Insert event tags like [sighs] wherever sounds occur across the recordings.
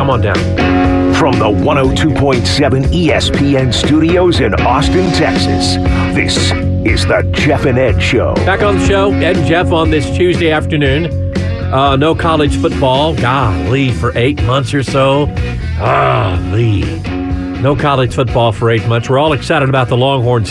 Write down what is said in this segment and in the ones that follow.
on down. From the 102.7 ESPN studios in Austin, Texas, this is the Jeff and Ed Show. Back on the show, Ed and Jeff on this Tuesday afternoon. Uh, no college football. Golly, for eight months or so. Golly. No college football for eight months. We're all excited about the Longhorns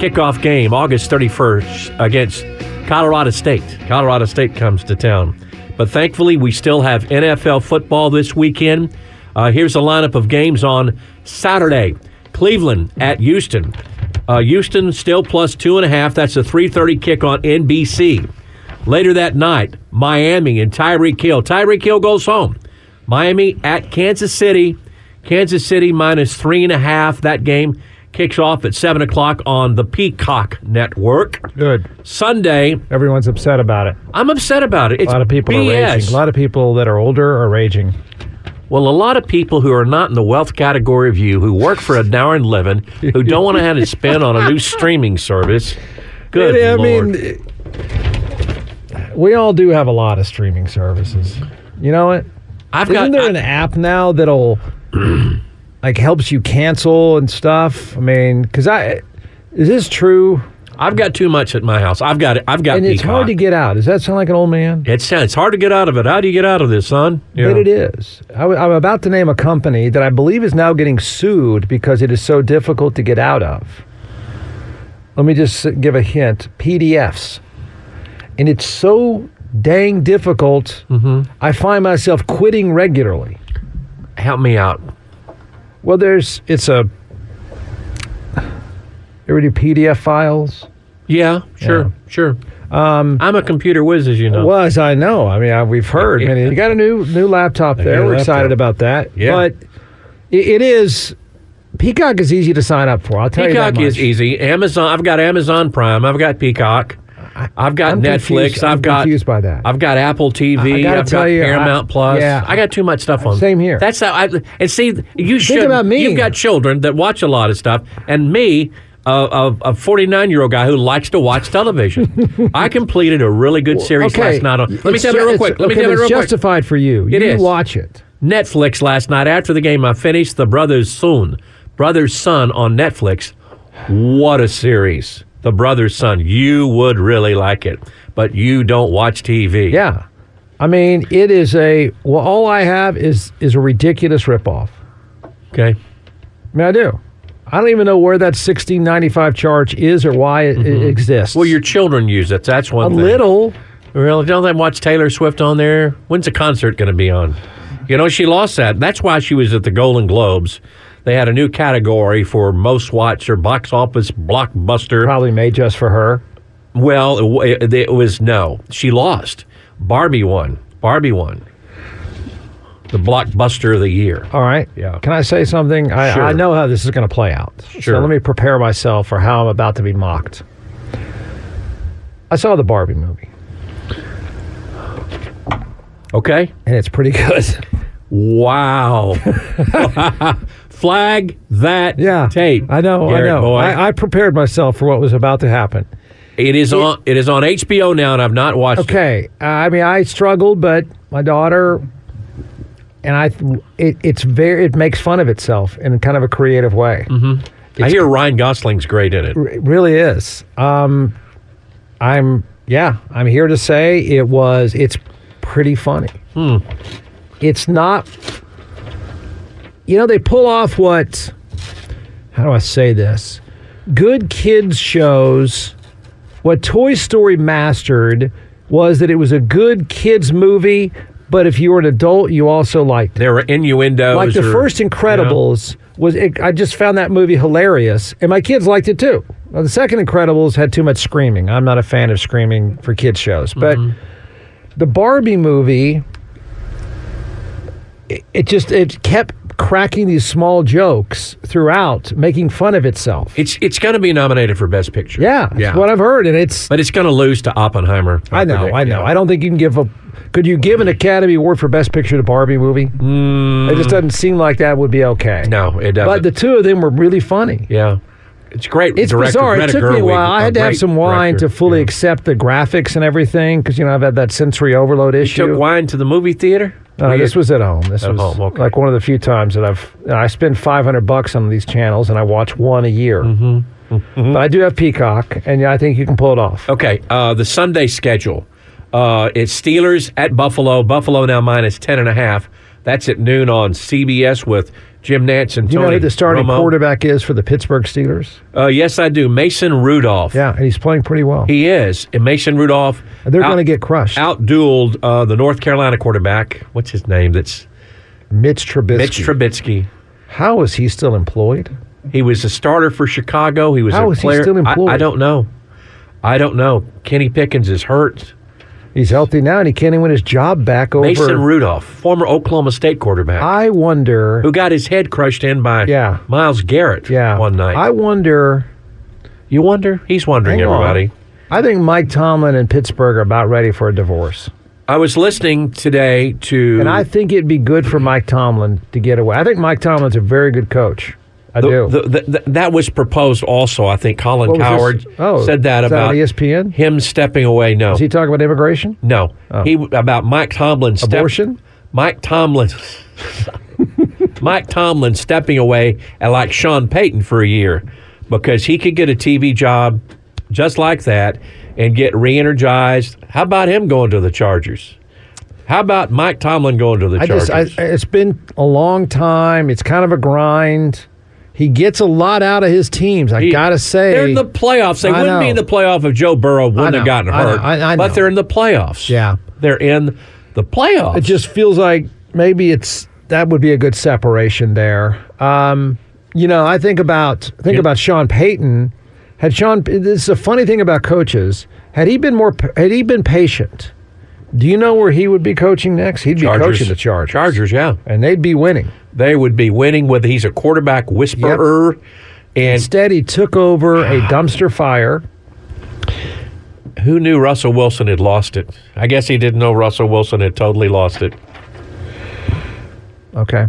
kickoff game, August 31st, against Colorado State. Colorado State comes to town. But thankfully, we still have NFL football this weekend. Uh, here's a lineup of games on Saturday Cleveland at Houston. Uh, Houston still plus two and a half. That's a 3.30 kick on NBC. Later that night, Miami and Tyreek Hill. Tyreek Hill goes home. Miami at Kansas City. Kansas City minus three and a half. That game kicks off at 7 o'clock on the Peacock Network. Good. Sunday, Everyone's upset about it. I'm upset about it. It's A lot of people BS. are raging. A lot of people that are older are raging. Well, a lot of people who are not in the wealth category of you, who work for an hour and living, who don't want to have to spend on a new streaming service. Good Yeah, I Lord. mean, we all do have a lot of streaming services. You know what? I've got. Isn't there I- an app now that'll [clears throat] like helps you cancel and stuff? I mean, because I is this true? I've got too much at my house. I've got. I've got. And it's Peacock. hard to get out. Does that sound like an old man? It's, it's hard to get out of it. How do you get out of this, son? Yeah. But it is. I, am about to name a company that I believe is now getting sued because it is so difficult to get out of. Let me just s- give a hint PDFs. And it's so dang difficult, I find myself quitting regularly. Help me out. Well, there's, it's a, you ever do PDF files? Yeah, sure, sure. Um, I'm a computer whiz, as you know. Well, as I know, I mean, I, we've heard. I mean, you got a new new laptop there. got a We're laptop. excited about that. Yeah. But it, it is Peacock is easy to sign up for. I'll tell you Peacock that much. is easy. Amazon. I've got Amazon Prime. I've got Peacock. I've got I'm Netflix. confused- I've I'm got. confused by that. I've got Apple TV. I gotta have tell got you, I- Paramount Plus. yeah. I got too much stuff on. Same here. That's how I. And see, you should. about me. You've got children that watch a lot of stuff, and me. Uh, a 49 year old guy who likes to watch [laughs] television. I completed a really good series last night on. Let me It's tell you ju- real it's- quick. Let me okay, tell but you real it's quick. justified for you. It you is. watch it. Netflix last night. After the game, I finished The Brother's Son. Brother's Son on Netflix. What a series. The Brother's Son. You would really like it, but you don't watch TV. Yeah. I mean, it is a well. All I have is is a ridiculous ripoff. Okay. I mean, I do. I don't even know where that sixteen ninety five charge is or why it, it exists. Mm-hmm. Well, your children use it. That's one a thing. little. Really? Don't they watch Taylor Swift on there? When's the concert going to be on? You know, she lost that. That's why she was at the Golden Globes. They had a new category for most watched or box office blockbuster. Probably made just for her. Well, it, it- it was no. She lost. Barbie won. Barbie won. The blockbuster of the year. All right. Yeah. Can I say something? I, Sure. I know how this is going to play out. Sure. So let me prepare myself for how I'm about to be mocked. I saw the Barbie movie, Okay. and it's pretty [laughs] good. Wow. [laughs] Flag that Yeah. tape. I know. Garrett I know. Boy. I, I prepared myself for what was about to happen. it is on. It is on HBO now, and I've not watched it. Okay. I mean, I struggled, but my daughter and I, it, it's very, it makes fun of itself in kind of a creative way. I hear Ryan Gosling's great in it. It really is. Um, I'm yeah. I'm here to say it was. It's pretty funny. It's not. You know they pull off what? How do I say this? Good kids shows. What Toy Story mastered was that it was a good kids movie, but if you were an adult, you also liked it. There were innuendos. Like the or- first Incredibles was, it, I just found that movie hilarious, and my kids liked it too. Now, the second Incredibles had too much screaming. I'm not a fan of screaming for kids shows, but Mm-hmm. the Barbie movie, it, it just it kept cracking these small jokes throughout, making fun of itself. It's it's going to be nominated for Best Picture. yeah, that's yeah. what I've heard, and it's but it's going to lose to Oppenheimer. I know, predict. I know. I don't think you can give a. Could you give an Academy Award for Best Picture to Barbie movie? Mm. It just doesn't seem like that would be okay. No, it doesn't. But the two of them were really funny. yeah, it's great. It's director, bizarre. Greta it took me a Gerwig, while. I had to have great some wine director. to fully Yeah. accept the graphics and everything because you know I've had that sensory overload issue. took wine to the movie theater? No, Well, Uh, this you- was at home. This At was home, okay. like one of the few times that I've I spend five hundred bucks on these channels and I watch one a year. Mm-hmm. But I do have Peacock, and I think you can pull it off. Okay, uh, the Sunday schedule. Uh, it's Steelers at Buffalo. Buffalo now minus ten and a half. That's at noon on CBS with Jim Nance and you Tony. know who the starting Romo. quarterback is for the Pittsburgh Steelers? Uh, yes, I do. Mason Rudolph. Yeah, and he's playing pretty well. He is. And Mason Rudolph. They're out- going to get crushed. outdueled uh, the North Carolina quarterback. What's his name? That's Mitch Trubisky. Mitch Trubisky. How is he still employed? He was a starter for Chicago. He was How a is he player. still I- I, employed? don't know. I don't know. Kenny Pickens is hurt. He's healthy now, and he can't even win his job back over. Mason Rudolph, former Oklahoma State quarterback, I wonder. who got his head crushed in by Yeah. Miles Garrett Yeah, one night. I wonder. you wonder? He's wondering, Hang on. everybody. I think Mike Tomlin and Pittsburgh are about ready for a divorce. I was listening today to. And I think it'd be good for Mike Tomlin to get away. I think Mike Tomlin's a very good coach. I the- do. the- the- the- that was proposed also. I think Colin What was Coward this? Oh, said that is that about on ESPN? him stepping away. No, Is he talking about immigration? No, he about Mike Tomlin step- Oh. Abortion? Mike Tomlin, Mike Tomlin stepping away and like Sean Payton for a year because he could get a TV job just like that and get re-energized. How about him going to the Chargers? How about Mike Tomlin going to the I Chargers? just, I, it's been a long time. It's kind of a grind. He gets a lot out of his teams. I He- gotta say, they're in the plaplayoffs. They I wouldn't be know. in the playoff if Joe Burrow wouldn't know, have gotten I know, hurt. I- I but know. they're in the playoffs. Yeah. they're in the playoffs. it just feels like maybe it's that would be a good separation there. Um, you know, I think about think about Sean Payton. Had Sean, this is a funny thing about coaches. Had he been more, had he been patient, do you know where he would be coaching next? He'd be coaching the Chargers, Chargers, yeah. and they'd be winning. They would be winning whether he's a quarterback whisperer and Instead, he took [sighs] over a dumpster fire. who knew Russell Wilson had lost it. I guess he didn't know Russell Wilson had totally lost it. Okay,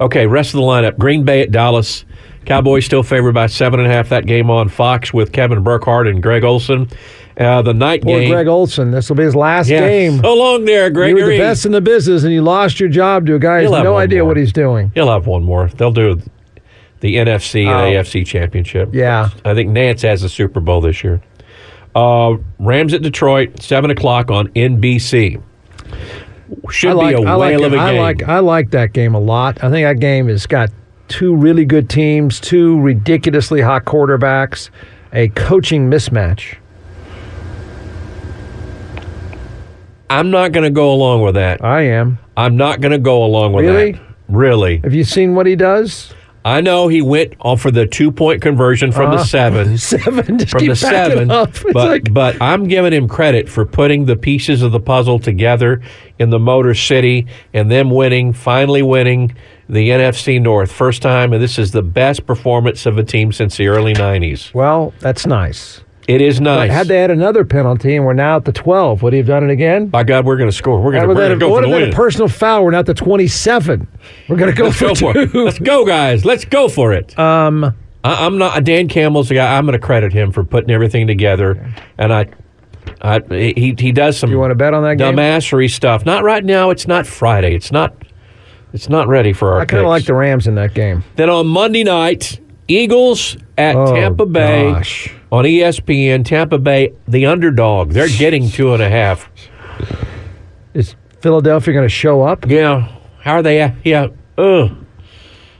Okay, rest of the lineup. Green Bay at Dallas. Cowboys still favored by seven and a half. That game on Fox with Kevin Burkhardt and Greg Olson. Uh, the night poor game. Oh, Greg Olson. This will be his last Yeah. game. So long there, you were Gregory. the best in the business, and you lost your job to a guy who He'll has have no one idea more. what he's doing. He'll have one more. They'll do the NFC and AFC championship. Um, Yeah. I think Nance has the Super Bowl this year. Uh, Rams at Detroit, seven o'clock on NBC. Should be a I whale like of it. a I game. like I like that game a lot. I think that game has got two really good teams, two ridiculously hot quarterbacks, a coaching mismatch. I'm not going to go along with that. I am. I'm not going to go along with Really? that. Really? Have you seen what he does? [laughs] I know he went off for the two point conversion from the Uh-huh. seven. Seven. Just From keep the backing seven, up. It's but like- but I'm giving him credit for putting the pieces of the puzzle together in the Motor City and them winning, finally winning the NFC North first time, and this is the best performance of a team since the early '90s. well, that's nice. It is nice. Had they had another penalty and we're now at the twelve, would he have done it again? By God, we're going to score. We're going to Had we had go a- for what the if they had win. a personal foul? We're now at the twenty-seven. We're gonna go Let's for go for two. it. Let's go, guys. Let's go for it. Um, I, I'm not Dan Campbell's the guy. I'm going to credit him for putting everything together, and I, I he he does some. you want to bet on that game? dumbassery stuff. Not right now. It's not Friday. It's not. It's not ready for our. I kind of picks. like the Rams in that game. Then on Monday night, Eagles at Oh, Tampa Bay gosh. on E ESPN. Tampa Bay, the underdog. They're getting two and a half. Is Philadelphia going to show up? Yeah. How are they? Yeah. Ugh.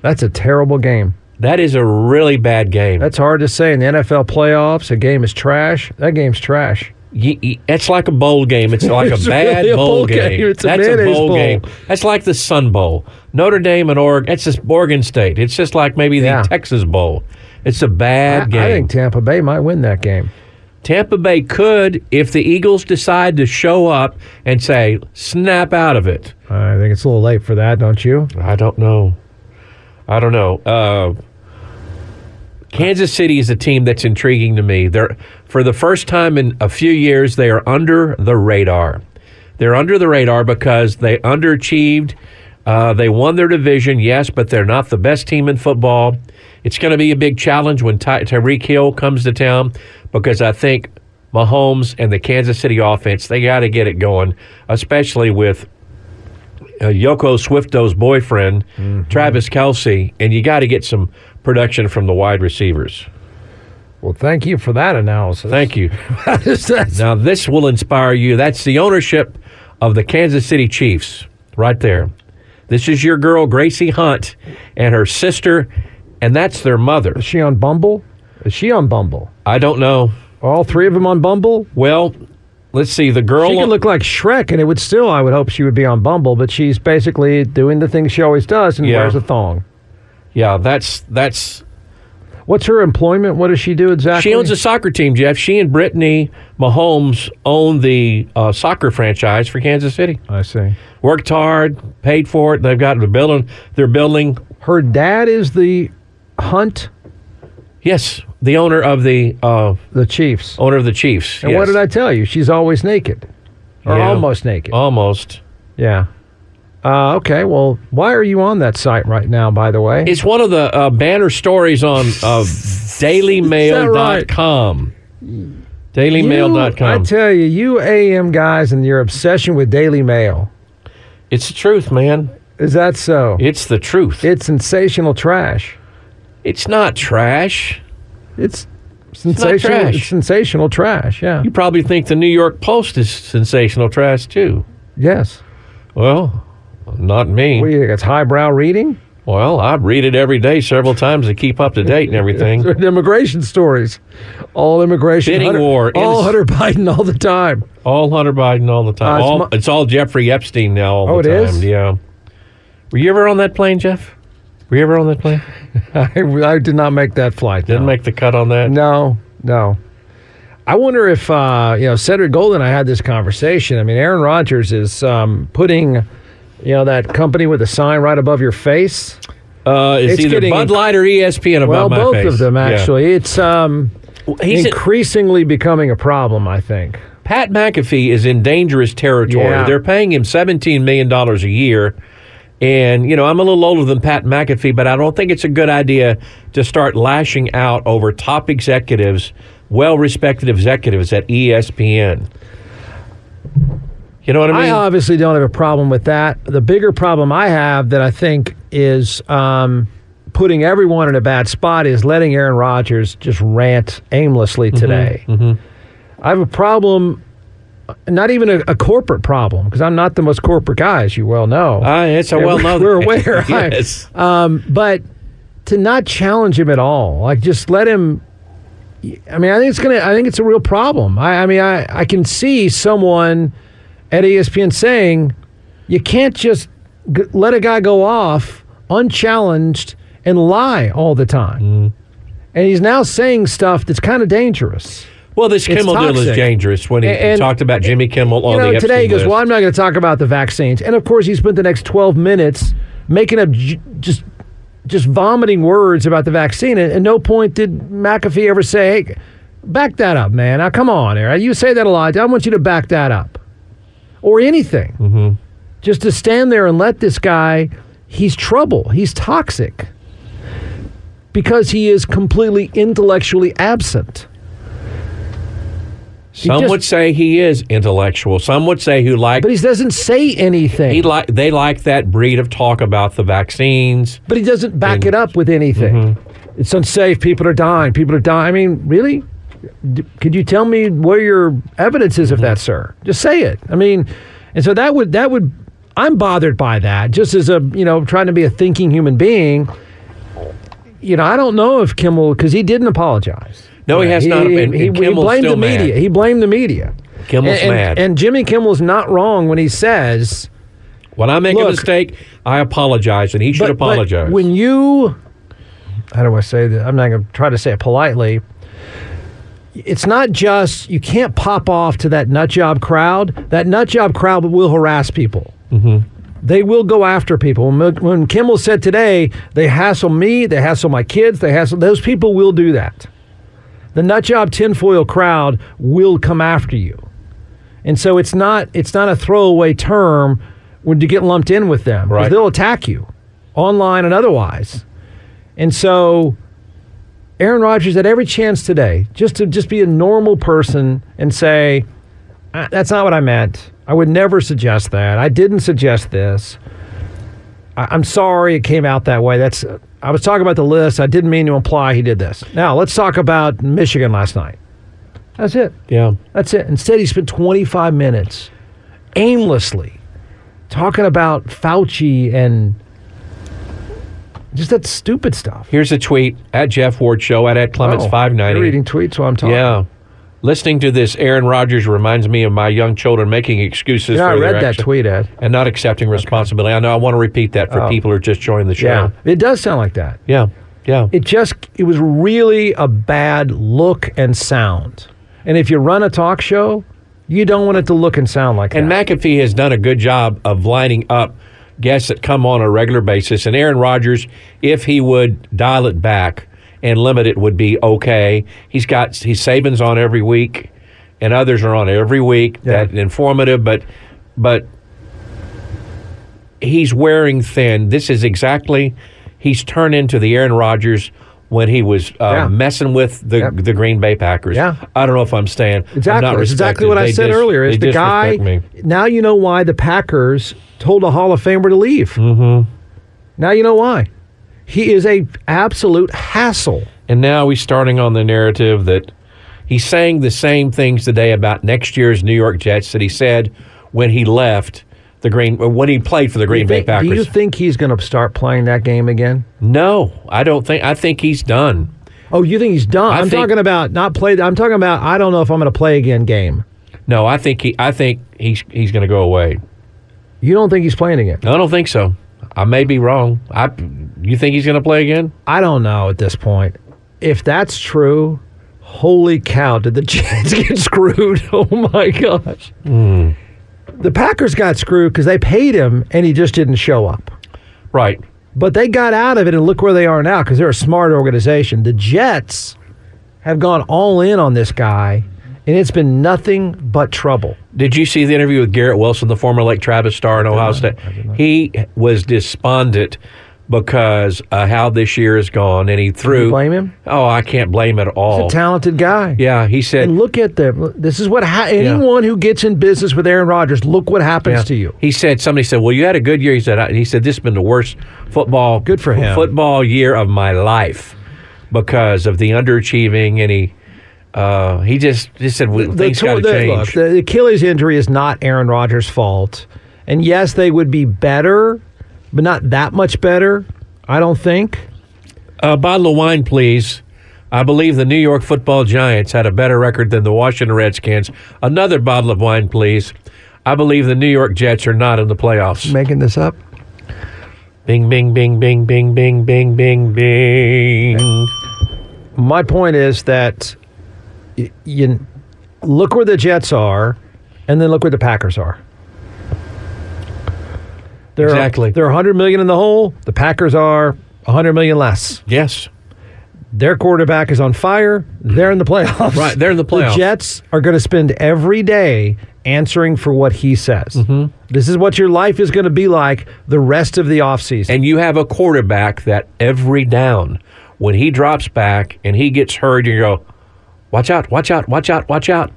That's a terrible game. That is a really bad game. That's hard to say in the NFL playoffs. A game is trash. That game's trash. Ye- ye- It's like a bowl game. It's like It's a bad really a bowl, bowl game. game. It's a That's a mayonnaise bowl, bowl. game. That's like the Sun Bowl. Notre Dame and Oregon. It's just Oregon State. It's just like maybe Yeah. the Texas Bowl. It's a I, bad I game. think Tampa Bay might win that game. Tampa Bay could, if the Eagles decide to show up and say, snap out of it. I think it's a little late for that, don't you? I don't know. I don't know. Uh, Kansas City is a team that's intriguing to me. They're for the first time in a few years they are under the radar. They're under the radar because they underachieved. Uh, they won their division, yes, but they're not the best team in football. It's going to be a big challenge when Ty- Tyreek Hill comes to town because I think Mahomes and the Kansas City offense they got to get it going, especially with uh, Yoko Swifto's boyfriend, Mm-hmm. Travis Kelsey, and you got to get some production from the wide receivers. Well, thank you for that analysis. [laughs] Thank you. That's- Now, this will inspire you. That's the ownership of the Kansas City Chiefs right there. This is your girl, Gracie Hunt, and her sister, and that's their mother. Is she on Bumble? Is she on Bumble? I don't know. Are all three of them on Bumble? Well, let's see. The girl. She could look like Shrek, and it would still, I would hope she would be on Bumble, but she's basically doing the thing she always does and Yeah. wears a thong. yeah, that's that's. What's her employment? What does she do exactly? She owns a soccer team, Jeff. She and Brittany Mahomes own the uh, soccer franchise for Kansas City. I see. Worked hard, paid for it. They've got the building. They're building. Her dad is the Hunt, Yes, the owner of the uh, the Chiefs. owner of the Chiefs. And yes. what did I tell you? She's always naked, or Yeah. almost naked. Almost. Yeah. Uh, okay. Well, why are you on that site right now? By the way, It's one of the uh, banner stories on uh, dailymail.com. You- I Dailymail.com. tell you, you AM guys and your obsession with Daily Mail. it's the truth, man. Is that so? It's the truth. It's sensational trash. it's not trash. It's sensational. trash. it's sensational trash. Yeah. You probably think the New York Post is sensational trash, too. Yes. Well, not me. What do you think? It's highbrow reading. well, I read it every day several times to keep up to date and [laughs] everything. immigration stories, all immigration. Bidding Hunter- war, All ins- Hunter Biden all the time. [laughs] All Hunter Biden all the Uh, time. it's all, mo- it's all Jeffrey Epstein now all Oh, the it time. is? Yeah. Were you ever on that plane, Jeff? Were you ever on that plane? I, I did not make that flight. Didn't no. make the cut on that. No, no. I wonder if uh, you know Cedric Golden. and I had this conversation. I mean, Aaron Rodgers is um, putting you know that company with a sign right above your face. Uh, it's, It's either getting Bud inc- Light or E ESPN above well, my both face. of them Yeah. actually. It's um, He's in- increasingly becoming a problem. I think. Pat McAfee is in dangerous territory. Yeah. They're paying him seventeen million dollars a year, and you know I'm a little older than Pat McAfee, but I don't think it's a good idea to start lashing out over top executives, well-respected executives at E ESPN. You know what I mean? I uh, obviously don't have a problem with that. The bigger problem I have that I think is um, putting everyone in a bad spot is letting Aaron Rodgers just rant aimlessly Mm-hmm, today. I have a problem, not even a, a corporate problem, because I'm not the most corporate guy, as you well know. Ah, it's a Yeah, well known. [laughs] we're aware, [laughs] I- yes. Um, but to not challenge him at all, like just let him. I mean, I think it's gonna. I think it's a real problem. I, I mean, I, I can see someone at E ESPN saying, "You can't just g- let a guy go off unchallenged and lie all the time." And he's now saying stuff that's kind of dangerous. well, this Kimmel deal is toxic. dangerous when he A- and- talked about Jimmy Kimmel on you know, the today he Epstein goes, list. "Well, I'm not going to talk about the vaccines." And of course, he spent the next 12 minutes making up j- just just vomiting words about the vaccine. And at no point did McAfee ever say, "Hey, back that up, man. Now, come on, Aaron. You say that a lot. I want you to back that up," or anything. Mm-hmm. Just to stand there and let this guy, he's trouble. He's toxic because he is completely intellectually absent. He Some just- would say he is intellectual. Some would say who like but he doesn't say anything. he like they like that breed of talk about the vaccines. But he doesn't back it up with anything. Mm-hmm. It's unsafe. People are dying. People are dying. I mean, really? D- could you tell me where your evidence Mm-hmm. is of that, sir? Just say it. I mean, and so that would that would I'm bothered by that. Just as a you know trying to be a thinking human being. You know, I don't know if Kimmel because he didn't apologize. No, he has not. He, and, he- and he Kimmel's blamed still the media. Mad. He blamed the media. Kimmel's and, and- mad. And Jimmy Kimmel's not wrong when he says. when I make a Look- mistake, I apologize, and he should But- but apologize. when you, how do I say that? I'm not going to try to say it politely. It's not just you can't pop off to that nut job crowd. That nut job crowd will harass people. They will go after people. When, when Kimmel said today, they hassle me, they hassle my kids, they hassle those people will do that. The nut job tinfoil crowd will come after you. And so it's not it's not a throwaway term when you get lumped in with them. 'cause Right. They'll attack you online and otherwise. And so Aaron Rodgers had every chance today just to just be a normal person and say, Uh, That's not what I meant. I would never suggest that. I didn't suggest this. I, I'm sorry it came out that way. That's I was talking about the list. I didn't mean to imply he did this. Now let's talk about Michigan last night. That's it. Yeah. That's it. Instead, he spent 25 minutes aimlessly talking about Fauci and just that stupid stuff. Here's a tweet at Jeff Ward Show at at Clements Oh, Um, five You're ninety. reading tweets while I'm talking. Yeah. Listening to this, Aaron Rodgers reminds me of my young children making excuses You know, I for their read that action tweet, Oh. Ed. and not accepting responsibility. I know I want to repeat that for people who are just joining the Yeah. show. It does sound like that. Yeah. Yeah. It just, it was really a bad look and sound. And if you run a talk show, you don't want it to look and sound like And that. McAfee has done a good job of lining up guests that come on a regular basis. And Aaron Rodgers, if he would dial it back and limit it, would be okay. He's got he's Saban's on every week, and others are on every week. Yeah. That informative, but but he's wearing thin. This is exactly he's turned into the Aaron Rodgers. When he was uh, Yeah. messing with the Yep. the Green Bay Packers, Yeah. I don't know if I'm staying. I'm Exactly. not That's exactly respected. what I They said dis- earlier. Is they the guy disrespect me. now you know why the Packers told a Hall of Famer to leave. Mm-hmm. Now you know why. He is a absolute hassle. And now he's starting on the narrative that he's saying the same things today about next year's New York Jets that he said when he left the Green or when he played for the Green Bay Think- do you Packers. think he's going to start playing that game again? no, I don't think I think he's done. Oh, you think he's done? I I'm think- talking about not play. I'm talking about I don't know if I'm going to play again. Game. No, I think he I think he's he's going to go away. You don't think he's playing again? I don't think so. I may be wrong. I you think he's going to play again? I don't know at this point. If that's true, holy cow! Did the [laughs] Jets get screwed? [laughs] Oh my gosh! Hmm. The Packers got screwed because they paid him and he just didn't show up. Right. But they got out of it and look where they are now because they're a smart organization. The Jets have gone all in on this guy, and it's been nothing but trouble. Did you see the interview with Garrett Wilson, the former Lake Travis star in Ohio State? He was despondent because uh, how this year has gone, and he threw. blame him? Oh, I can't blame him at He's all. a talented guy. Oh. yeah, he said. And look at them. This is what ha- anyone who gets in business with Aaron Rodgers. Look what happens yeah. to you. He said somebody said, "Well, you had a good year." He said, I, "He said this has been the worst football Good for him. football year of my life because of the underachieving." And he uh, he just just said well, things got to the- change. look, the Achilles injury is not Aaron Rodgers' fault. And yes, they would be better, but not that much better. I don't think. A Uh, bottle of wine, please. I believe the New York football giants had a better record than the Washington Redskins. Another bottle of wine, please. I believe the New York Jets are not in the playoffs. Making this up. Bing, bing, bing, bing, bing, bing, bing, bing, bing. My point is that y- you look where the Jets are, and then look where the Packers are. They're, Exactly. They're 100 million in the hole. The Packers are 100 million less. Yes. Their quarterback is on fire. They're in the playoffs. Right, they're in the playoffs. Jets are going to spend every day answering for what he says. Mm-hmm. This is what your life is going to be like the rest of the offseason. And you have a quarterback that every down, when he drops back and he gets hurt, you go, watch out, watch out, watch out, watch out.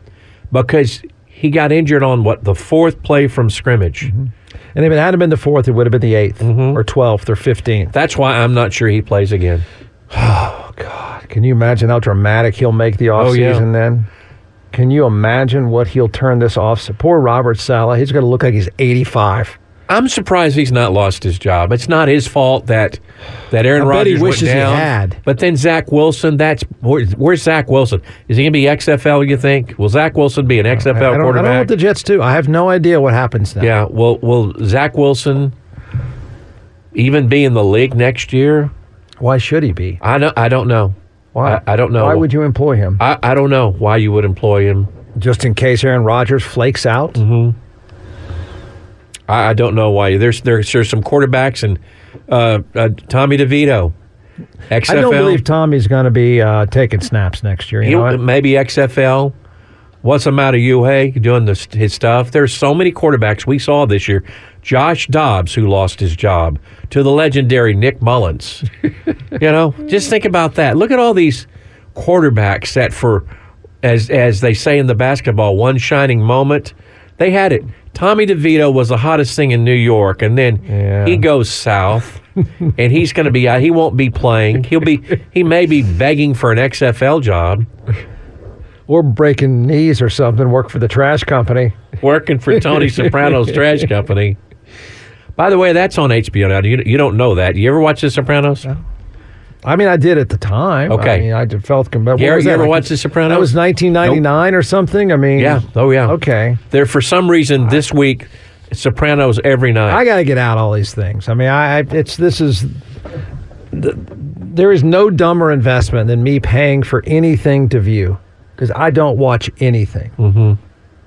Because he got injured on what, the fourth play from scrimmage. And if it hadn't been the fourth, it would have been the 8th Mm-hmm. or 12th or 15th. That's why I'm not sure he plays again. Can you imagine how dramatic he'll make the offseason Oh, yeah. then? Can you imagine what he'll turn this off? Poor Robert Sala. He's going to look like he's 85. I'm surprised he's not lost his job. It's not his fault that that Aaron I bet he Rodgers went wishes he down. had. But then Zach Wilson, that's where, where's Zach Wilson? Is he going to be XFL? You think? Will Zach Wilson be an XFL I don't, I don't know quarterback? what the Jets do. I have no idea what happens now. yeah. Will Will Zach Wilson even be in the league next year? Why should he be? I don't. I don't know. Why? I, I don't know. Why would you employ him? I, I don't know why you would employ him. just in case Aaron Rodgers flakes out. Mm-hmm. I, I don't know why. There's there's there's some quarterbacks and uh, uh, Tommy DeVito. XFL. I don't believe Tommy's going to be uh, taking snaps next year. You You- know what? maybe XFL. What's the matter, you? Hey, doing this, his stuff. There's so many quarterbacks we saw this year. Josh Dobbs, who lost his job to the legendary Nick Mullins. [laughs] you know, just think about that. Look at all these quarterbacks that for as as they say in the basketball, one shining moment. They had it. Tommy DeVito was the hottest thing in New York, and then Yeah. he goes south, and he's going to be out. He won't be playing. He'll be he may be begging for an XFL job, Or breaking knees or something, work for the trash company. working for Tony Soprano's trash company. By the way, that's on HBO now. You, you don't know that. You ever watch The Sopranos? I mean, I did at the time. Okay. I mean, I did- felt compelled. Gary, What was you that, ever like- watched The Sopranos? That was 1999 or something. I mean, Yeah. Oh, yeah. Okay. There for some reason this week, Sopranos every night. I got to get out all these things. I mean, I, I it's this is th there is no dumber investment than me paying for anything to view because I don't watch anything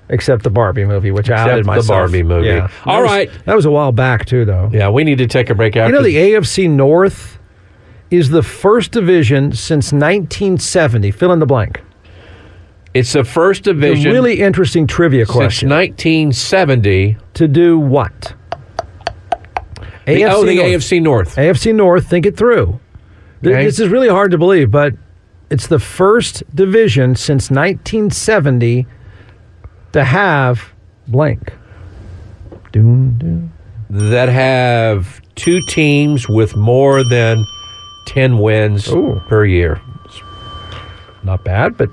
except the Barbie movie, which I Mm-hmm. Except outed the myself. Barbie movie. Yeah. All that was- right. that was a while back too, though. yeah, we need to take a break. After You know, the AFC North is the first division since 1970. Fill in the blank. It's the first A division really interesting trivia since question. 1970. to do what? The, oh, the North. AFC North. AFC North, think it through. Th- Okay. This is really hard to believe, but it's the first division since 1970 to have blank. Doom, doom. that have two teams with more than 10 wins Ooh. per year. Not bad, but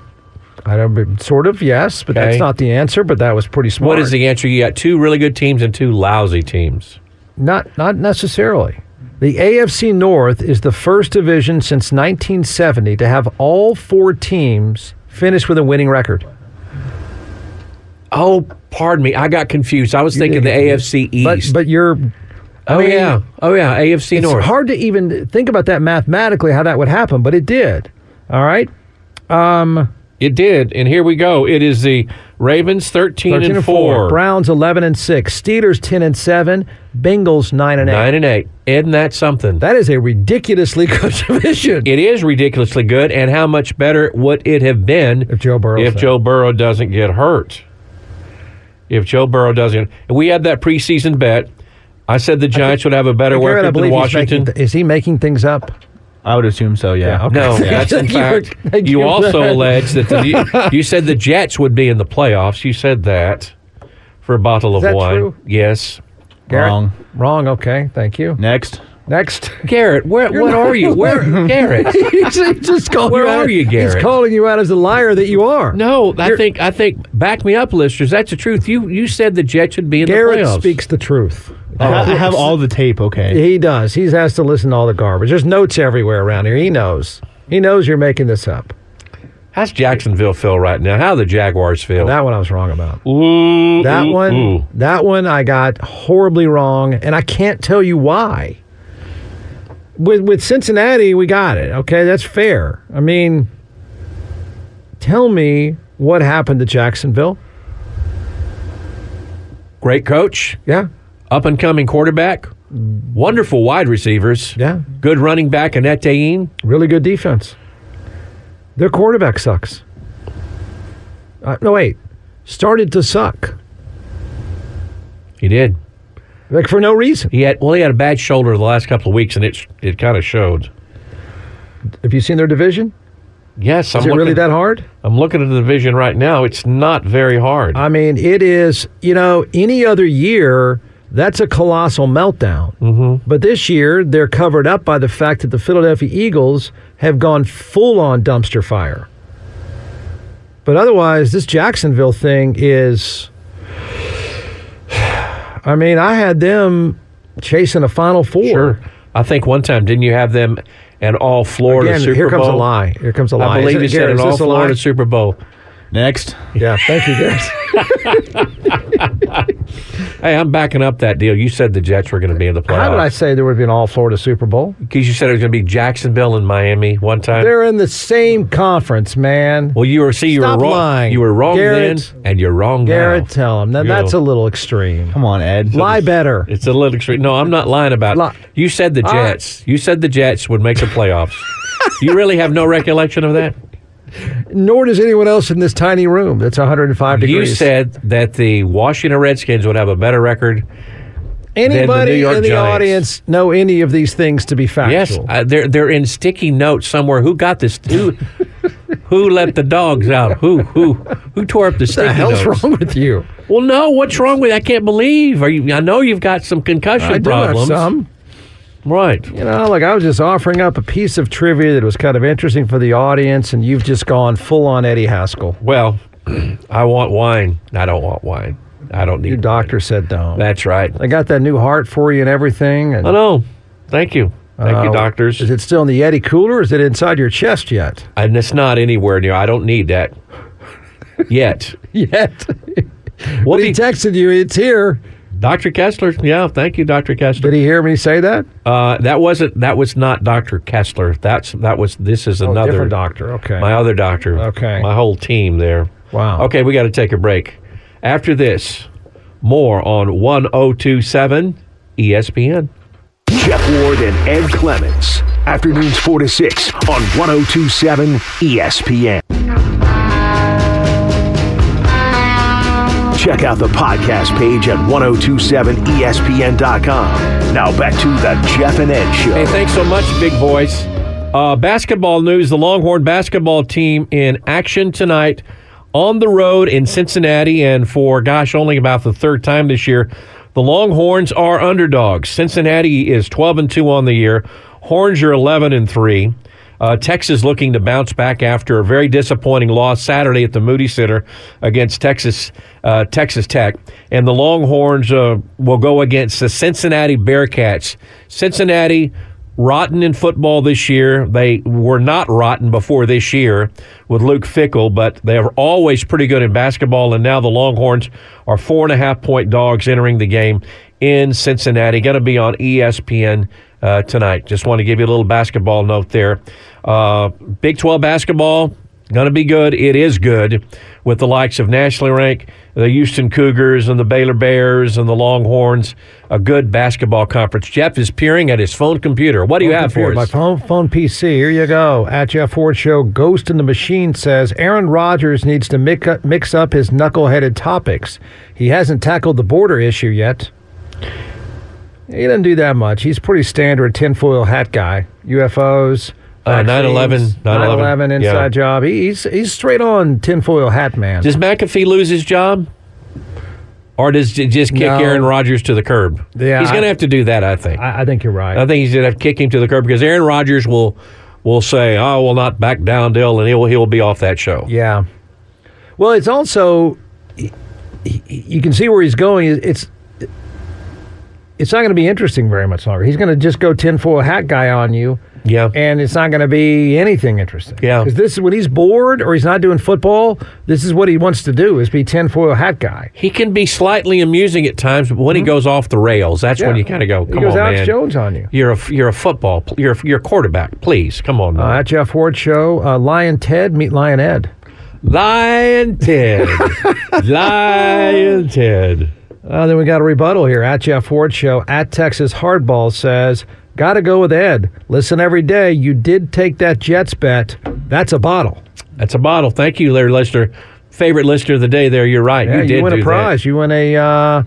I don't. Sort of, yes, but Okay. that's not the answer. But that was pretty smart. What is the answer? You got two really good teams and two lousy teams. Not not necessarily. The AFC North is the first division since 1970 to have all four teams finish with a winning record. Oh, pardon me. I got confused. I was thinking the AFC But East. but you're oh, mean, yeah. Oh, yeah. AFC it's North. hard to even think about that mathematically how that would happen, but it did. All right. It did. And here we go. It is the Ravens 13, 13 and and 4. 4, Browns 11 and 6, Steelers 10 and 7, Bengals 9 and 8. 9 and 8. Isn't that something? That is a ridiculously [laughs] good division. it is ridiculously good, and how much better would it have been If Joe Burrow's if there. Joe Burrow doesn't get hurt? If Joe Burrow doesn't, and we had that preseason bet. I said the Giants would have a better Garrett, I record than believe he's making Washington. th- is he making things up? I would assume so. Yeah. Yeah, okay. [laughs] no, that's in You were- fact. you You were- also alleged that the, [laughs] you, you said the Jets would be in the playoffs. You said that for a bottle of that wine. true? Yes, Garrett? Wrong. Wrong. Okay. Thank you. Next. Next. [laughs] Garrett. Where? what not- are [laughs] you? Where, Garrett? he's just calling Where you out. are you, Garrett? He's calling you out as a liar that you are. No, I think I think back me up, listeners. That's the truth. You you said the Jets would be in Garrett the playoffs. Oh, speaks the truth. I have, I have all the tape. Okay. [laughs] He does. He has to listen to all the garbage. There's notes everywhere around here. He knows. He knows you're making this up. How's Jacksonville feel right now? How the Jaguars feel? That one I was wrong about. Ooh, That ooh, one, ooh. that one I got horribly wrong, and I can't tell you why. With with Cincinnati, we got it. Okay, that's fair. I mean, tell me what happened to Jacksonville. Great coach, Yeah, up and coming quarterback, wonderful wide receivers. yeah. Good running back in Etienne. Really good defense. Their quarterback sucks. Uh, no, wait. Started to suck. He did. Like for no reason. He had well, he had a bad shoulder the last couple of weeks, and it it kind of showed. Have you seen their division? Yes, Is I'm it looking, really that hard? I'm looking at the division right now. It's not very hard. I mean, it is, you know, any other year, that's a colossal meltdown. Mm-hmm. But this year, they're covered up by the fact that the Philadelphia Eagles have gone full on dumpster fire. But otherwise, this Jacksonville thing is. [sighs] I mean, I had them chasing a Final Four. sure. I think one time didn't you have them an all Florida Again, Super here comes Bowl? a lie. Here comes a I lie. believe Isn't you it, said Garrett? an Is all this a lie? Florida Super Bowl. Next. Yeah, thank you, [laughs] Garrett. Hey, I'm backing up that deal. You said the Jets were going to be in the playoffs. How did I say there would be an all Florida Super Bowl? Because you said it was going to be Jacksonville and Miami one time. [laughs] They're in the same conference, man. well, you were see, you Stop were wrong. lying. You were wrong Garrett. then, and you're wrong Garrett, now. tell him. Now, Yeah. that's a little extreme. Come on, Ed. Lie better. It's a little extreme. No, I'm not lying about Lie. it. You said the right. Jets. You said the Jets would make the [laughs] playoffs. you really have no recollection of that. Nor does anyone else in this tiny room that's 105 You degrees. said that the Washington Redskins would have a better record. than the New anybody York in the Giants. audience know any of these things to be factual? Yes, uh, they're they're in sticky notes somewhere. Who got this? Who Who let the dogs out? Who who who tore up the sticky What the hell's notes? wrong with you? Well, no. What's wrong with? I can't believe. Are you? I know you've got some concussion I do have problems. some. Right. You know, like I was just offering up a piece of trivia that was kind of interesting for the audience, and you've just gone full on Eddie Haskell. Well, [clears throat] I want wine. I don't want wine. I don't need. Your doctor said no. That's right. I got that new heart for you and everything. And, I know. Thank you. Thank you, uh, doctors. Is it still in the Yeti cooler? Or is it inside your chest yet? [laughs] and it's not anywhere near. I don't need that yet. Yet. We'll But be he texted you. It's here. Dr. Kessler. Yeah, thank you, Dr. Kessler. Did he hear me say that? Uh, that wasn't. That was not Dr. Kessler. That's that was. This is Oh, another different doctor. Okay. My other doctor. Okay. My whole team there. Wow. Okay, we got to take a break. After this, more on 1027 E ESPN. Jeff Ward and Ed Clements. Afternoons 4 to 6 on 1027 ESPN. Check out the podcast page at E 1027ESPN.com. Now back to the Jeff and Ed Show. Hey, thanks so much, Big Voice. Uh, basketball news the Longhorn basketball team in action tonight on the road in Cincinnati. And for, gosh, only about the third time this year, the Longhorns are underdogs. Cincinnati is 12 and 2 on the year, Horns are 11 and 3. Uh, Texas looking to bounce back after a very disappointing loss Saturday at the Moody Center against Texas uh, Texas Tech, and the Longhorns uh, will go against the Cincinnati Bearcats. Cincinnati rotten in football this year. They were not rotten before this year with Luke Fickle, but they are always pretty good in basketball. And now the Longhorns are four and a half point dogs entering the game in Cincinnati. Going to be on E ESPN uh, tonight. Just want to give you a little basketball note there. Uh, Big 12 basketball. Going to be good. It is good with the likes of nationally ranked the Houston Cougars and the Baylor Bears and the Longhorns. A good basketball conference. Jeff is peering at his phone computer. What do you Phone have computer, for My us? phone, phone PC. Here you go. At Jeff Ford Show, Ghost in the Machine says Aaron Rodgers needs to mix up, mix up his knuckleheaded topics. He hasn't tackled the border issue yet. He doesn't do that much. He's pretty standard tinfoil hat guy. UFOs. Uh, vaccines, 9/11, 9/11, 9/11 inside yeah. job. He, he's he's straight on tinfoil hat man. Does McAfee lose his job? Or does it just kick No. Aaron Rodgers to the curb? Yeah, he's going to I- have to do that, I think. I, I think you're right. I think he's going to have to kick him to the curb because Aaron Rodgers will will say, "I will not back down, Dill," and he will he will be off that show. Yeah. Well, it's also y- y- you can see where he's going. It's it's not going to be interesting very much longer. He's going to just go tinfoil hat guy on you, Yeah, and it's not going to be anything interesting. Yeah. because this when he's bored or he's not doing football, this is what he wants to do: is be tinfoil hat guy. he can be slightly amusing at times, but when he goes off the rails, that's when Mm-hmm. Yeah. you kind of go, He "Come goes on, Alex man." Jones on you. You're a f- you're a football pl- you're a, f- you're a quarterback. Please, come on, Uh, man. at Jeff Ward Show, uh, Lion Ted meet Lion Ed. Lion [laughs] Ted, Lion Ted. Uh, then we got a rebuttal here at Jeff Ward Show at Texas Hardball says, "Got to go with Ed. Listen every day. You did take that Jets bet. That's a bottle. That's a bottle. Thank you, Larry Lister, favorite listener of the day. There, you're right. Yeah, you did win do a prize. You win a. Uh,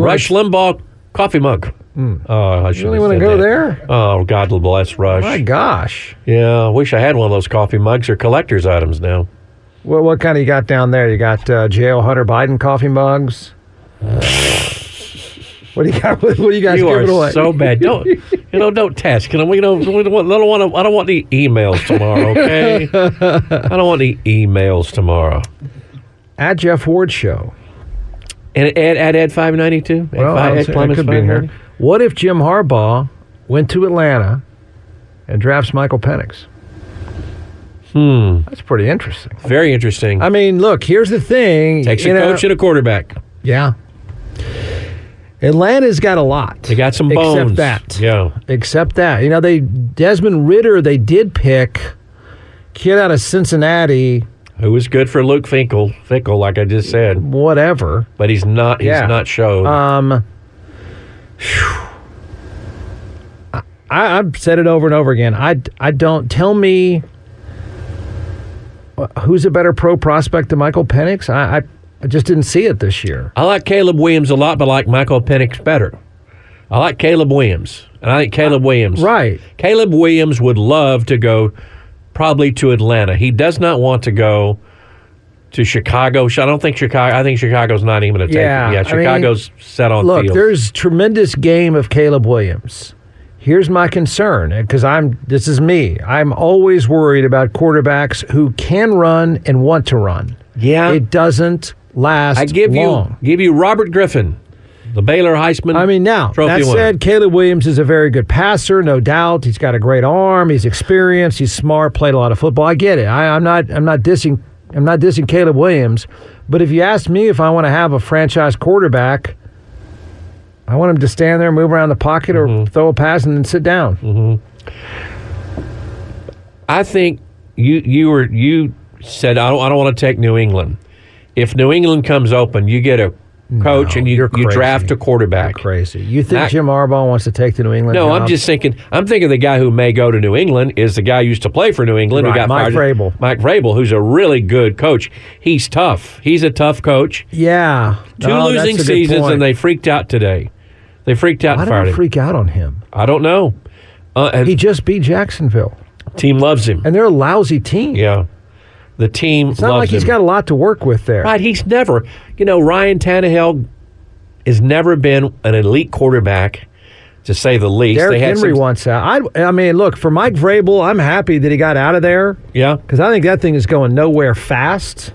That. win a- Rush Limbaugh coffee mug. Oh, I should Hmm. really wanna go there? Oh, God bless Rush. my gosh. Yeah, I wish I had one of those coffee mugs or collector's items now. What what kind of you got down there? You got uh, jail Hunter Biden [sighs] coffee mugs. what do you got? [laughs] What do you guys you are giving away? so bad. Don't you know? Don't test. Can I? You know, we don't want, I don't want. I don't want any emails tomorrow. Okay. I don't want any emails tomorrow. at Jeff Ward Show. And Ed at Ed five ninety two. Well, I was- I could be in here. What if Jim Harbaugh went to Atlanta and drafts Michael Penix? Hmm. That's pretty interesting. Very interesting. I mean, look, here's the thing. Takes a you know- coach and a quarterback. yeah. Atlanta's got a lot. They got some bones. Except that. Yeah. Except that. You know, they Desmond Ritter, they did pick kid out of Cincinnati, Who was good for Luke Finkel? Fickle, like I just said, whatever. but he's not. He's Yeah. not showed. Um, phew. I, I've said it over and over again. I, I don't tell me wh- who's a better pro prospect than Michael Penix. I, I, I just didn't see it this year. I like Caleb Williams a lot, but I like Michael Penix better. I like Caleb Williams, and I think Caleb Williams. Right. Caleb Williams would love to go probably to Atlanta. He does not want to go to Chicago. I don't think Chicago. I think Chicago's not even going to take Yeah, it. I Yeah, mean, Chicago's set on Look, field. there's tremendous game of Caleb Williams. Here's my concern because I'm this is me. I'm always worried about quarterbacks who can run and want to run. Yeah. It doesn't last I give long. you give you Robert Griffin, the Baylor Heisman. I mean, now trophy that winner. said, Caleb Williams is a very good passer, no doubt. He's got a great arm. He's experienced. He's smart. Played a lot of football. I get it. I, I'm not. I'm not dissing. I'm not dissing Caleb Williams. But if you ask me if I want to have a franchise quarterback, I want him to stand there, move around the pocket, Mm-hmm. or throw a pass and then sit down. I think you you were you said I don't I don't want to take New England. If New England comes open, you get a coach and you you're you crazy. draft a quarterback. Crazy. You think Not- Jim Harbaugh wants to take the New England? No, I'm job? just thinking. I'm thinking the guy who may go to New England is the guy who used to play for New England who Right, got Mike fired. Vrabel. Mike Vrabel, who's a really good coach. He's tough. He's a tough coach. yeah. Two losing seasons and they freaked out today. They freaked out. Why and did fired I him. freak out on him? I don't know. Uh, and He just beat Jacksonville, team loves him. and they're a lousy team. Yeah, the team. It's not like he's got a lot to work with there. Right, he's never. You know, Ryan Tannehill has never been an elite quarterback, to say the least. Derrick had Henry some- wants out. I, I mean, look for Mike Vrabel. I'm happy that he got out of there Yeah, because I think that thing is going nowhere fast.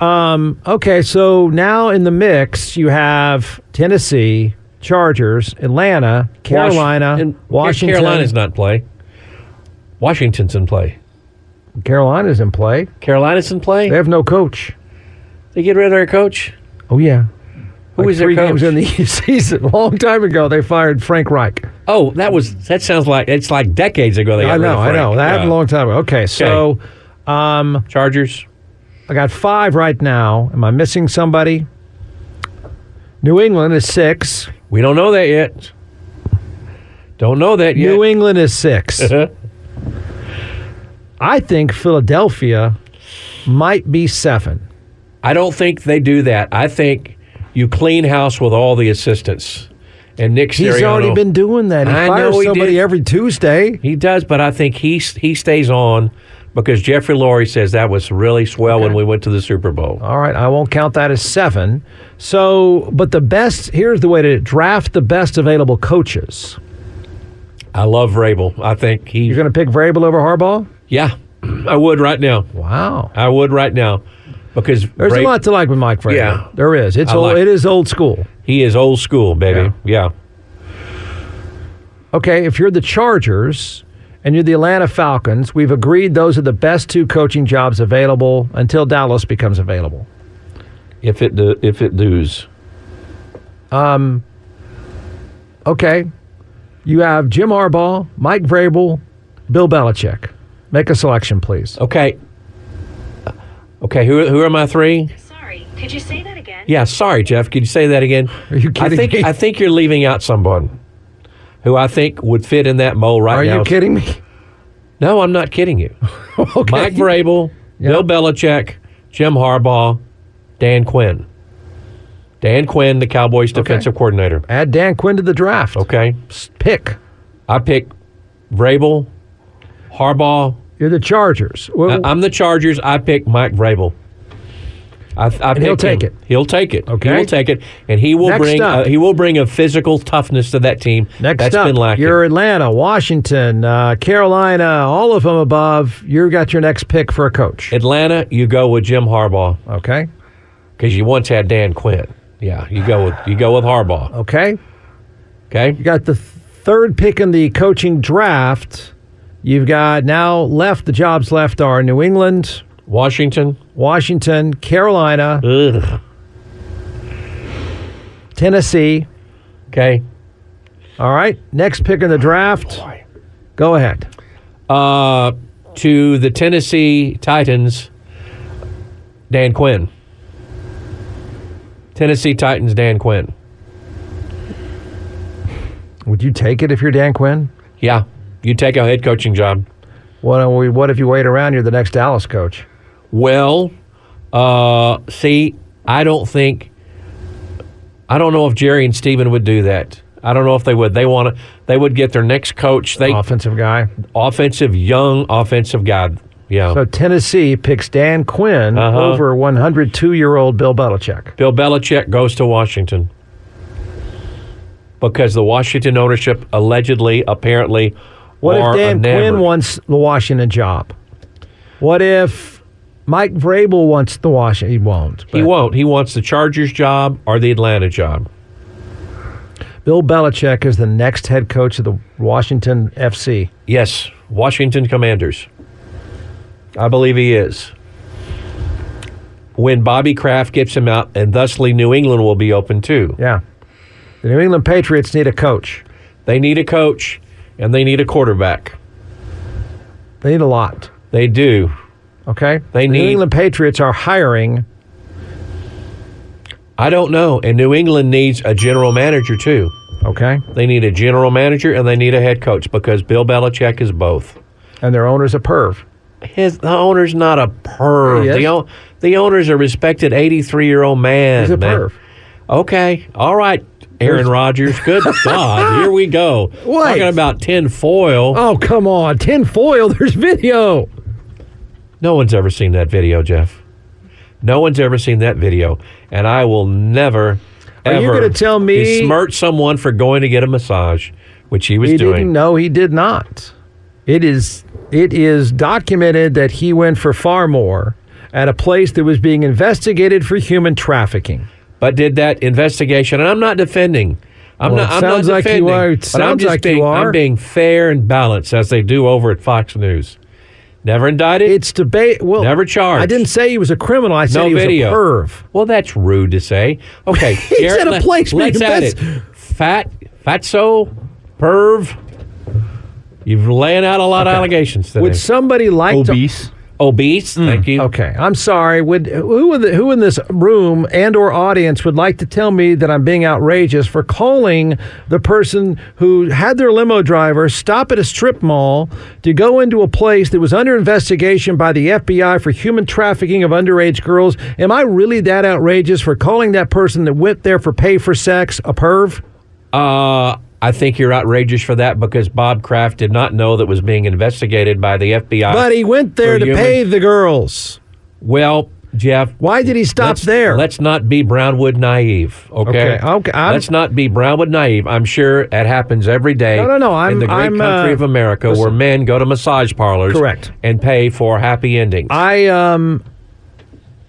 Um, okay, so now in the mix, you have Tennessee, Chargers, Atlanta, Carolina, Wash- and Washington. Carolina's not play. Washington's in play. Carolina's in play. Carolina's in play. They have no coach. They get rid of their coach. Oh yeah, Who Like was their three coach? games in the [laughs] season? A long time ago, they fired Frank Reich. oh, that was that sounds like it's like decades ago. They got I rid know, of I Frank. know. That Yeah. happened a long time ago. Okay, so. Um, Chargers. I got five right now. Am I missing somebody? New England is six. We don't know that yet. Don't know that yet. New England is [laughs] six. I think Philadelphia might be seven. I don't think they do that. I think you clean house with all the assistants. And Nick He's Sirianni- already been doing that. He I fires know he somebody did. every Tuesday. He does, but I think he he stays on because Jeffrey Lurie says that was really swell when we went to the Super Bowl. All right, I won't count that as seven. So, but the best here's the way to draft the best available coaches. I love Vrabel. I think he. You're going to pick Vrabel over Harbaugh? yeah, [clears throat] I would right now. Wow. I would right now because There's Vra- a lot to like with Mike Vrabel. Yeah. there is. It's I old, like- it is old school. He is old school, baby. Yeah. okay, if you're the Chargers and you're the Atlanta Falcons, we've agreed those are the best two coaching jobs available until Dallas becomes available. If it do, if it does, Okay, you have Jim Harbaugh, Mike Vrabel, Bill Belichick. Make a selection, please. okay. Okay, who who are my three? Sorry, could you say that again? Yeah, sorry, Jeff. Could you say that again? Are you I kidding think me? I think you're leaving out someone who I think would fit in that mold right Are now. you kidding me? No, I'm not kidding you. [laughs] okay. Mike [laughs] Vrabel, Bill Belichick, Jim Harbaugh, Dan Quinn. Dan Quinn, the Cowboys defensive coordinator. Add Dan Quinn to the draft. Okay. S- Pick. I pick Vrabel, Harbaugh. You're the Chargers. I- Well, Uh, I'm the Chargers. I pick Mike Vrabel. I, I he'll picked him. take it. He'll take it. Okay. He will take it, and he will Next bring up. uh, he will bring a physical toughness to that team Next that's up, been lacking. you're Atlanta, Washington, uh, Carolina, all of them above. You've got your next pick for a coach. Atlanta, you go with Jim Harbaugh Okay. because you once had Dan Quinn. Yeah, you go with you go with Harbaugh. Okay. Okay, You got the third pick in the coaching draft. You've got now left, the jobs left are New England, Washington. Washington, Carolina, Ugh. Tennessee. Okay. All right. Next pick in the draft. Go ahead. Uh, to the Tennessee Titans, Dan Quinn. Tennessee Titans, Dan Quinn. Would you take it if you're Dan Quinn? Yeah, you take a head coaching job. What, are we- what if you wait around? You're the next Dallas coach. Well, uh, see, I don't think, I don't know if Jerry and Steven would do that. I don't know if they would. They want to. They would get their next coach. They offensive guy. offensive young offensive guy. Yeah. So Tennessee picks Dan Quinn Uh-huh. over 102 year old Bill Belichick. Bill Belichick goes to Washington because the Washington ownership allegedly, apparently, What are if Dan enamored. Quinn wants the Washington job? What if Mike Vrabel wants the Washington? He won't. He but won't. He wants the Chargers job or the Atlanta job. Bill Belichick is the next head coach of the Washington FC. Yes, Washington Commanders. I believe he is. When Bobby Kraft gets him out, and thusly New England will be open too. Yeah. The New England Patriots need a coach. They need a coach and they need a quarterback. They need a lot. They do. Okay. They the need- New England Patriots are hiring. I don't know. And New England needs a general manager too. Okay. They need a general manager and they need a head coach because Bill Belichick is both. And their owner's a perv. His the owner's not a perv. He is. The, o- the owner's a respected 83 year old man. He's a man. perv. Okay. All right. Aaron Rodgers. [laughs] Good God. Here we go. Wait. Talking about tin foil. Oh, come on. Tin foil. [laughs] There's video. No one's ever seen that video, Jeff. No one's ever seen that video. And I will never, Are you ever gonna tell me- besmirch someone for going to get a massage, which he was He doing. didn't know he did not. It is it is documented that he went for far more at a place that was being investigated for human trafficking. but did that investigation. And I'm not defending. I'm Well, not. it I'm sounds not like you defending. are. It but I'm sounds just like you being, I'm are. being fair and balanced as they do over at Fox News. Never indicted. It's debate. Well, Never charged. I didn't say he was a criminal. I said No he was video. a perv. well, that's rude to say. [laughs] Okay, He's Garrett, at a let- place being Let's at it. invest- Fat, fatso, perv. You've laying out a lot of allegations today. Would somebody like to Obese. Obese. Thank you. Mm, Okay, I'm sorry. Would who in the, who in this room and or audience would like to tell me that I'm being outrageous for calling the person who had their limo driver stop at a strip mall to go into a place that was under investigation by the FBI for human trafficking of underage girls? Am I really that outrageous for calling that person that went there for pay for sex a perv? Uh, I think you're outrageous for that because Bob Kraft did not know that was being investigated by the FBI. But he went there For to human- pay the girls. Well, Jeff. Why did he stop let's- there? Let's not be Brownwood naive, okay? Okay, okay, I'm- let's not be Brownwood naive. I'm sure that happens every day. No, no, no, in I'm- the great I'm, uh, country of America, where listen. men go to massage parlors, Correct. and pay for happy endings. I um,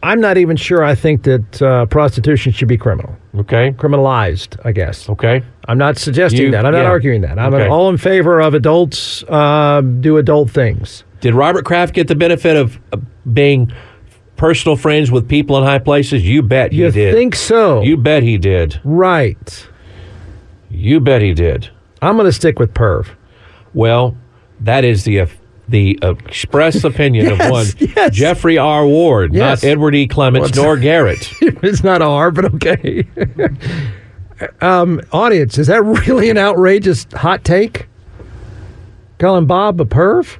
I'm not even sure. I think that uh, prostitution should be criminal, okay, criminalized. I guess. okay. I'm not suggesting You- that. I'm not yeah. arguing that. I'm Okay. all in favor of adults uh, do adult things. Did Robert Kraft get the benefit of uh, being personal friends with people in high places? You bet he You did. think so? You bet he did. right? You bet he did. I'm going to stick with perv. Well, that is the uh, the express opinion of [laughs] Yes, one yes. Jeffrey R. Ward, Yes. not Edward E. Clements What's- nor [laughs] Garrett. it's not R, but okay. [laughs] um, audience, is that really an outrageous hot take? Calling Bob a perv?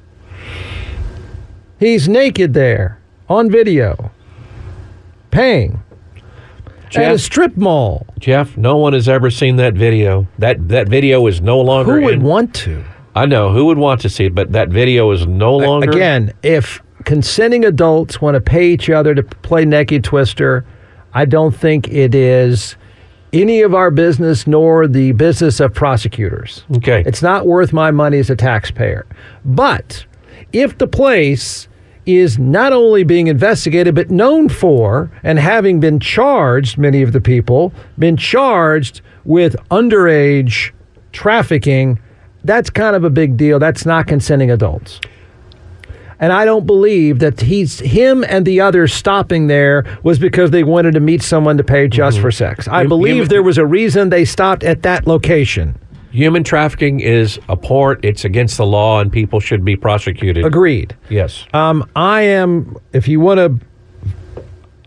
He's naked there on video, paying at a Jeff, strip mall. Jeff, no one has ever seen that video. That that video is no longer. Who would in- want to? I know who would want to see it, but that video is no longer. Again, if consenting adults want to pay each other to play Necky Twister, I don't think it is any of our business nor the business of prosecutors. Okay. It's not worth my money as a taxpayer. But if the place is not only being investigated but known for and having been charged, many of the people been charged with underage trafficking, that's kind of a big deal. That's not consenting adults. And I don't believe that he's him and the others stopping there was because they wanted to meet someone to pay just for sex. I Mm-hmm. You- believe you- there was a reason they stopped at that location. Human trafficking is abhorrent. It's against the law, and people should be prosecuted. Agreed. Yes. Um, I am, if you want to,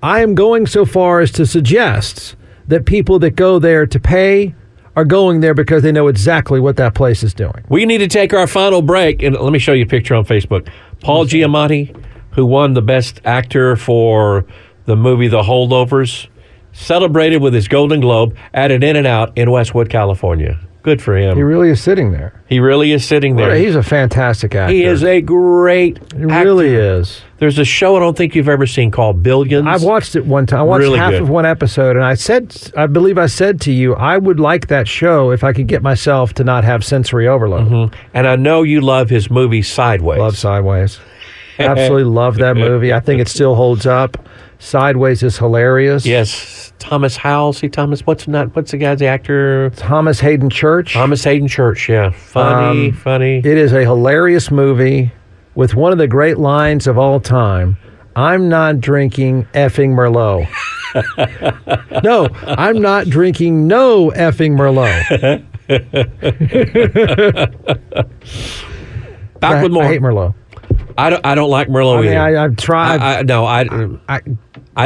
I am going so far as to suggest that people that go there to pay are going there because they know exactly what that place is doing. We need to take our final break, and let me show you a picture on Facebook. Paul Giamatti, who won the Best Actor for the movie The Holdovers, celebrated with his Golden Globe at an In and Out in Westwood, California. Good for him. He really is sitting there. He really is sitting there. He's a fantastic actor. He is a great He actor. really is. There's a show I don't think you've ever seen called Billions. I watched it one time. I watched Really half good. of one episode, and I said, I believe I said to you, I would like that show if I could get myself to not have sensory overload. and I know you love his movie Sideways. Love Sideways. [laughs] Absolutely love that movie. I think it still holds up. Sideways is hilarious. yes, Thomas Howell. See Thomas. What's not? What's the guy's the actor? Thomas Hayden Church. Thomas Hayden Church. Yeah, funny, Um, funny. It is a hilarious movie with one of the great lines of all time. I'm not drinking effing Merlot. [laughs] no, I'm not drinking no effing Merlot. Back I, with more. I I, hate Merlot. don't. I don't like Merlot I mean, either. I, I've tried. I- I- no, I, I, I-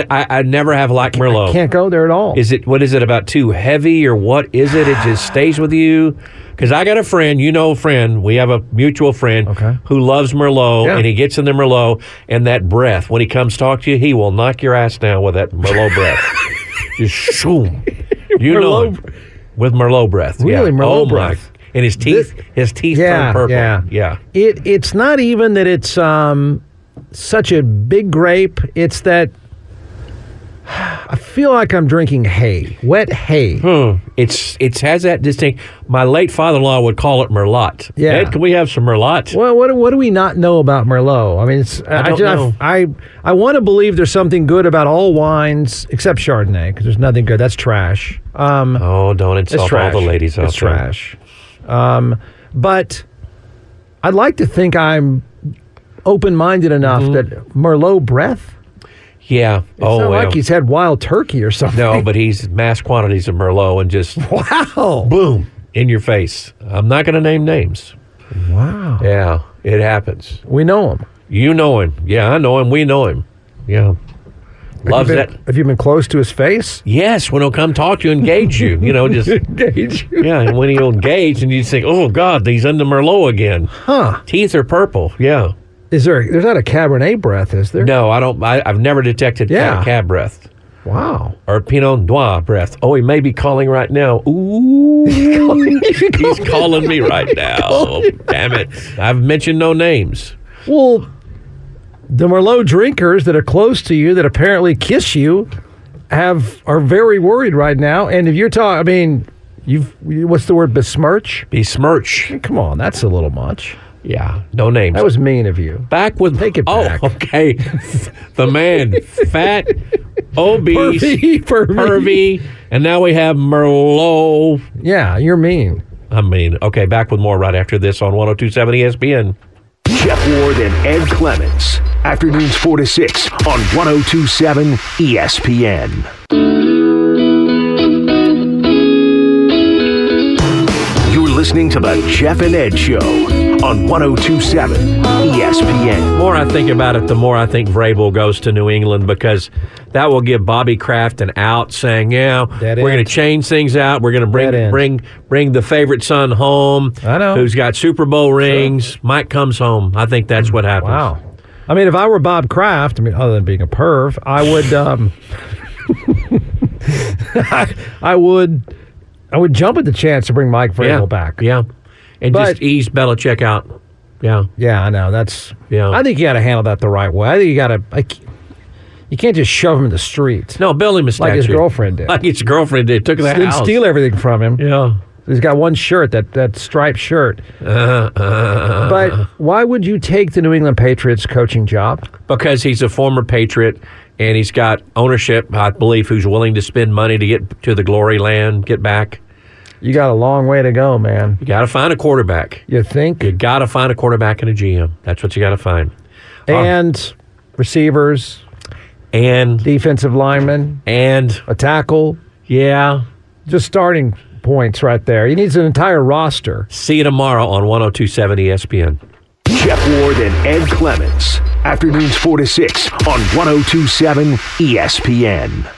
I, I never have liked Merlot. can't go there at all. Is it what is it about too heavy or what is it? It just stays with you. Because I got a friend, you know, a friend. We have a mutual friend Okay. who loves Merlot, Yeah. and he gets in the Merlot, and that breath when he comes talk to you, he will knock your ass down with that Merlot breath. [laughs] just shoom. You know, Merlot- him. with Merlot breath. Really, yeah. Merlot oh breath. My. And his teeth, his teeth Yeah, turn purple. yeah. yeah. it it's not even that it's um such a big grape. It's that [sighs] I feel like I'm drinking hay, wet hay. Hmm. It's it's has that distinct. My late father-in-law would call it merlot. Yeah. Ed, can we have some merlot? Well, what, what do we not know about Merlot? I mean, it's, I don't ju- I- know. I, I, want to believe there's something good about all wines except Chardonnay because there's nothing good. That's trash. Um, Oh, don't it's insult trash. all the ladies out it's there. trash. Um, but I'd like to think I'm open-minded enough that Merlot breath. Yeah. It's Mm-hmm. oh, not well. like he's had wild turkey or something. [laughs] no, but he's mass quantities of Merlot and just Wow. boom in your face. I'm not going to name names. Wow. Yeah, it happens. We know him. You know him. Yeah, I know him. We know him. Yeah. Loves have you that. been, Have you been close to his [laughs] face? Yes, when he'll come talk to you, engage you. You know, [laughs] just Engage you. yeah. And when he'll engage, and you think, oh God, he's under Merlot again. Huh. Teeth are purple. Yeah. Is there, there's not a Cabernet breath, is there? No, I don't. I, I've never detected Yeah. cab breath [laughs] Wow. [laughs] or Pinot Noir breath. Oh, he may be calling right now. Ooh. He's calling me [laughs] right now. Damn it. I've mentioned no names. Well, the Merlot drinkers that are close to you that apparently kiss you have are very worried right now. And if you're talking, I mean, you've what's the word besmirch? Besmirch. Come on, that's a little much. Yeah, no names. That was mean of you. back with Take it oh, back. okay. [laughs] the man, fat, obese, Pervy, [laughs] pervy. pervy, and now we have Merlot. Yeah, you're mean. I mean, okay, back with more right after this on 1027 ESPN. Jeff Ward and Ed Clements. Afternoons 4 to 6 on 1027 ESPN. You're listening to the Jeff and Ed Show on 1027 E ESPN. more I think about it, the more I think Vrabel goes to New England because that will give Bobby Kraft an out, saying, "Yeah, Dead we're going end. to change things out. We're going to Dead bring end. bring bring the favorite son home. I know. who's got Super Bowl rings. Mike comes home. I think that's what happens. Wow. I mean, if I were Bob Kraft, I mean, other than being a perv, I would, um, [laughs] I, I would, I would jump at the chance to bring Mike Vrabel yeah, back. yeah, and But- just ease Belichick out. Yeah, Yeah, I know. That's Yeah. I think you got to handle that the right way. I think you got to like, you can't just shove him in the street. no, build him a statue Like his girlfriend [laughs] did. Like his girlfriend did. Took the Didn't house. steal everything from him. Yeah, He's got one shirt that that striped shirt. Uh, but why would you take the New England Patriots coaching job? because he's a former Patriot and he's got ownership, I believe, who's willing to spend money to get to the glory land, get back. You got a long way to go, man. You got to find a quarterback. You think? You got to find a quarterback and a GM. That's what you got to find. and receivers, And defensive linemen, and a tackle, yeah, just starting points right there. He needs an entire roster. see you tomorrow on 1027 ESPN. Jeff Ward and Ed oh E Clements. Afternoons 4 to 6 on 1027 ESPN.